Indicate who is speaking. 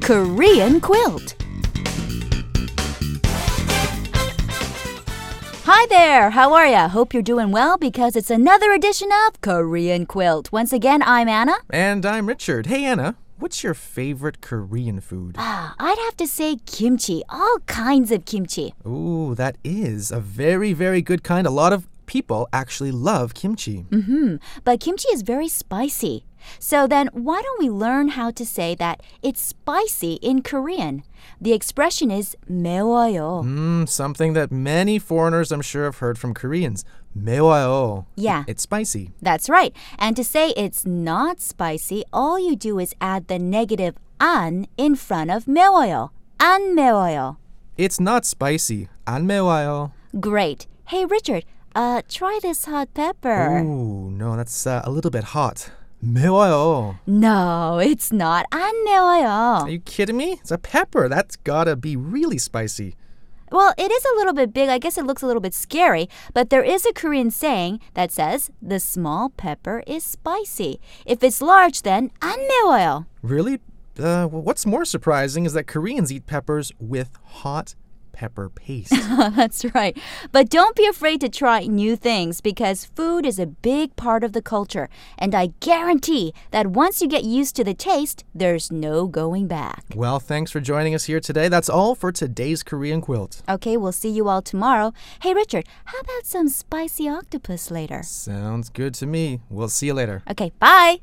Speaker 1: Korean quilt. Hi there, how are ya? Hope you're doing well because it's another edition of Korean Quilt. Once again, I'm Anna.
Speaker 2: And I'm Richard. Hey, Anna, what's your favorite Korean food?
Speaker 1: Ah, I'd have to say kimchi, all kinds of kimchi.
Speaker 2: Ooh, that is a very, very good kind. A lot of people actually love kimchi.
Speaker 1: hmm But kimchi is very spicy. So then, why don't we learn how to say that it's spicy in Korean? The expression is 매워요.
Speaker 2: Mm, something that many foreigners, I'm sure, have heard from Koreans. 매워요.
Speaker 1: Yeah.
Speaker 2: It's spicy.
Speaker 1: That's right. And to say it's not spicy, all you do is add the negative an in front of 매워요. 안 매워요.
Speaker 2: It's not spicy. 안 매워요.
Speaker 1: Great. Hey, Richard, uh, try this hot pepper.
Speaker 2: Ooh, no, that's uh, a little bit hot. 매워요.
Speaker 1: No, it's not. 안 매워요.
Speaker 2: Are you kidding me? It's a pepper. That's gotta be really spicy.
Speaker 1: Well, it is a little bit big. I guess it looks a little bit scary, but there is a Korean saying that says the small pepper is spicy. If it's large, then 안 매워요.
Speaker 2: Really? Uh, well, what's more surprising is that Koreans eat peppers with hot pepper paste.
Speaker 1: That's right. But don't be afraid to try new things because food is a big part of the culture, and I guarantee that once you get used to the taste, there's no going back.
Speaker 2: well, thanks for joining us here today. That's all for today's Korean Quilt.
Speaker 1: Okay, we'll see you all tomorrow. Hey, Richard, how about some spicy octopus later?
Speaker 2: Sounds good to me. We'll see you later.
Speaker 1: Okay, bye.